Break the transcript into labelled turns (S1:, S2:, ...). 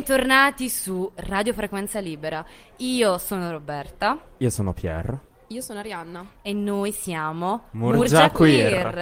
S1: Bentornati su Radio Frequenza Libera. Io sono Roberta
S2: Io sono Pier.
S3: Io sono Arianna.
S1: e noi siamo
S2: Murgia Queer.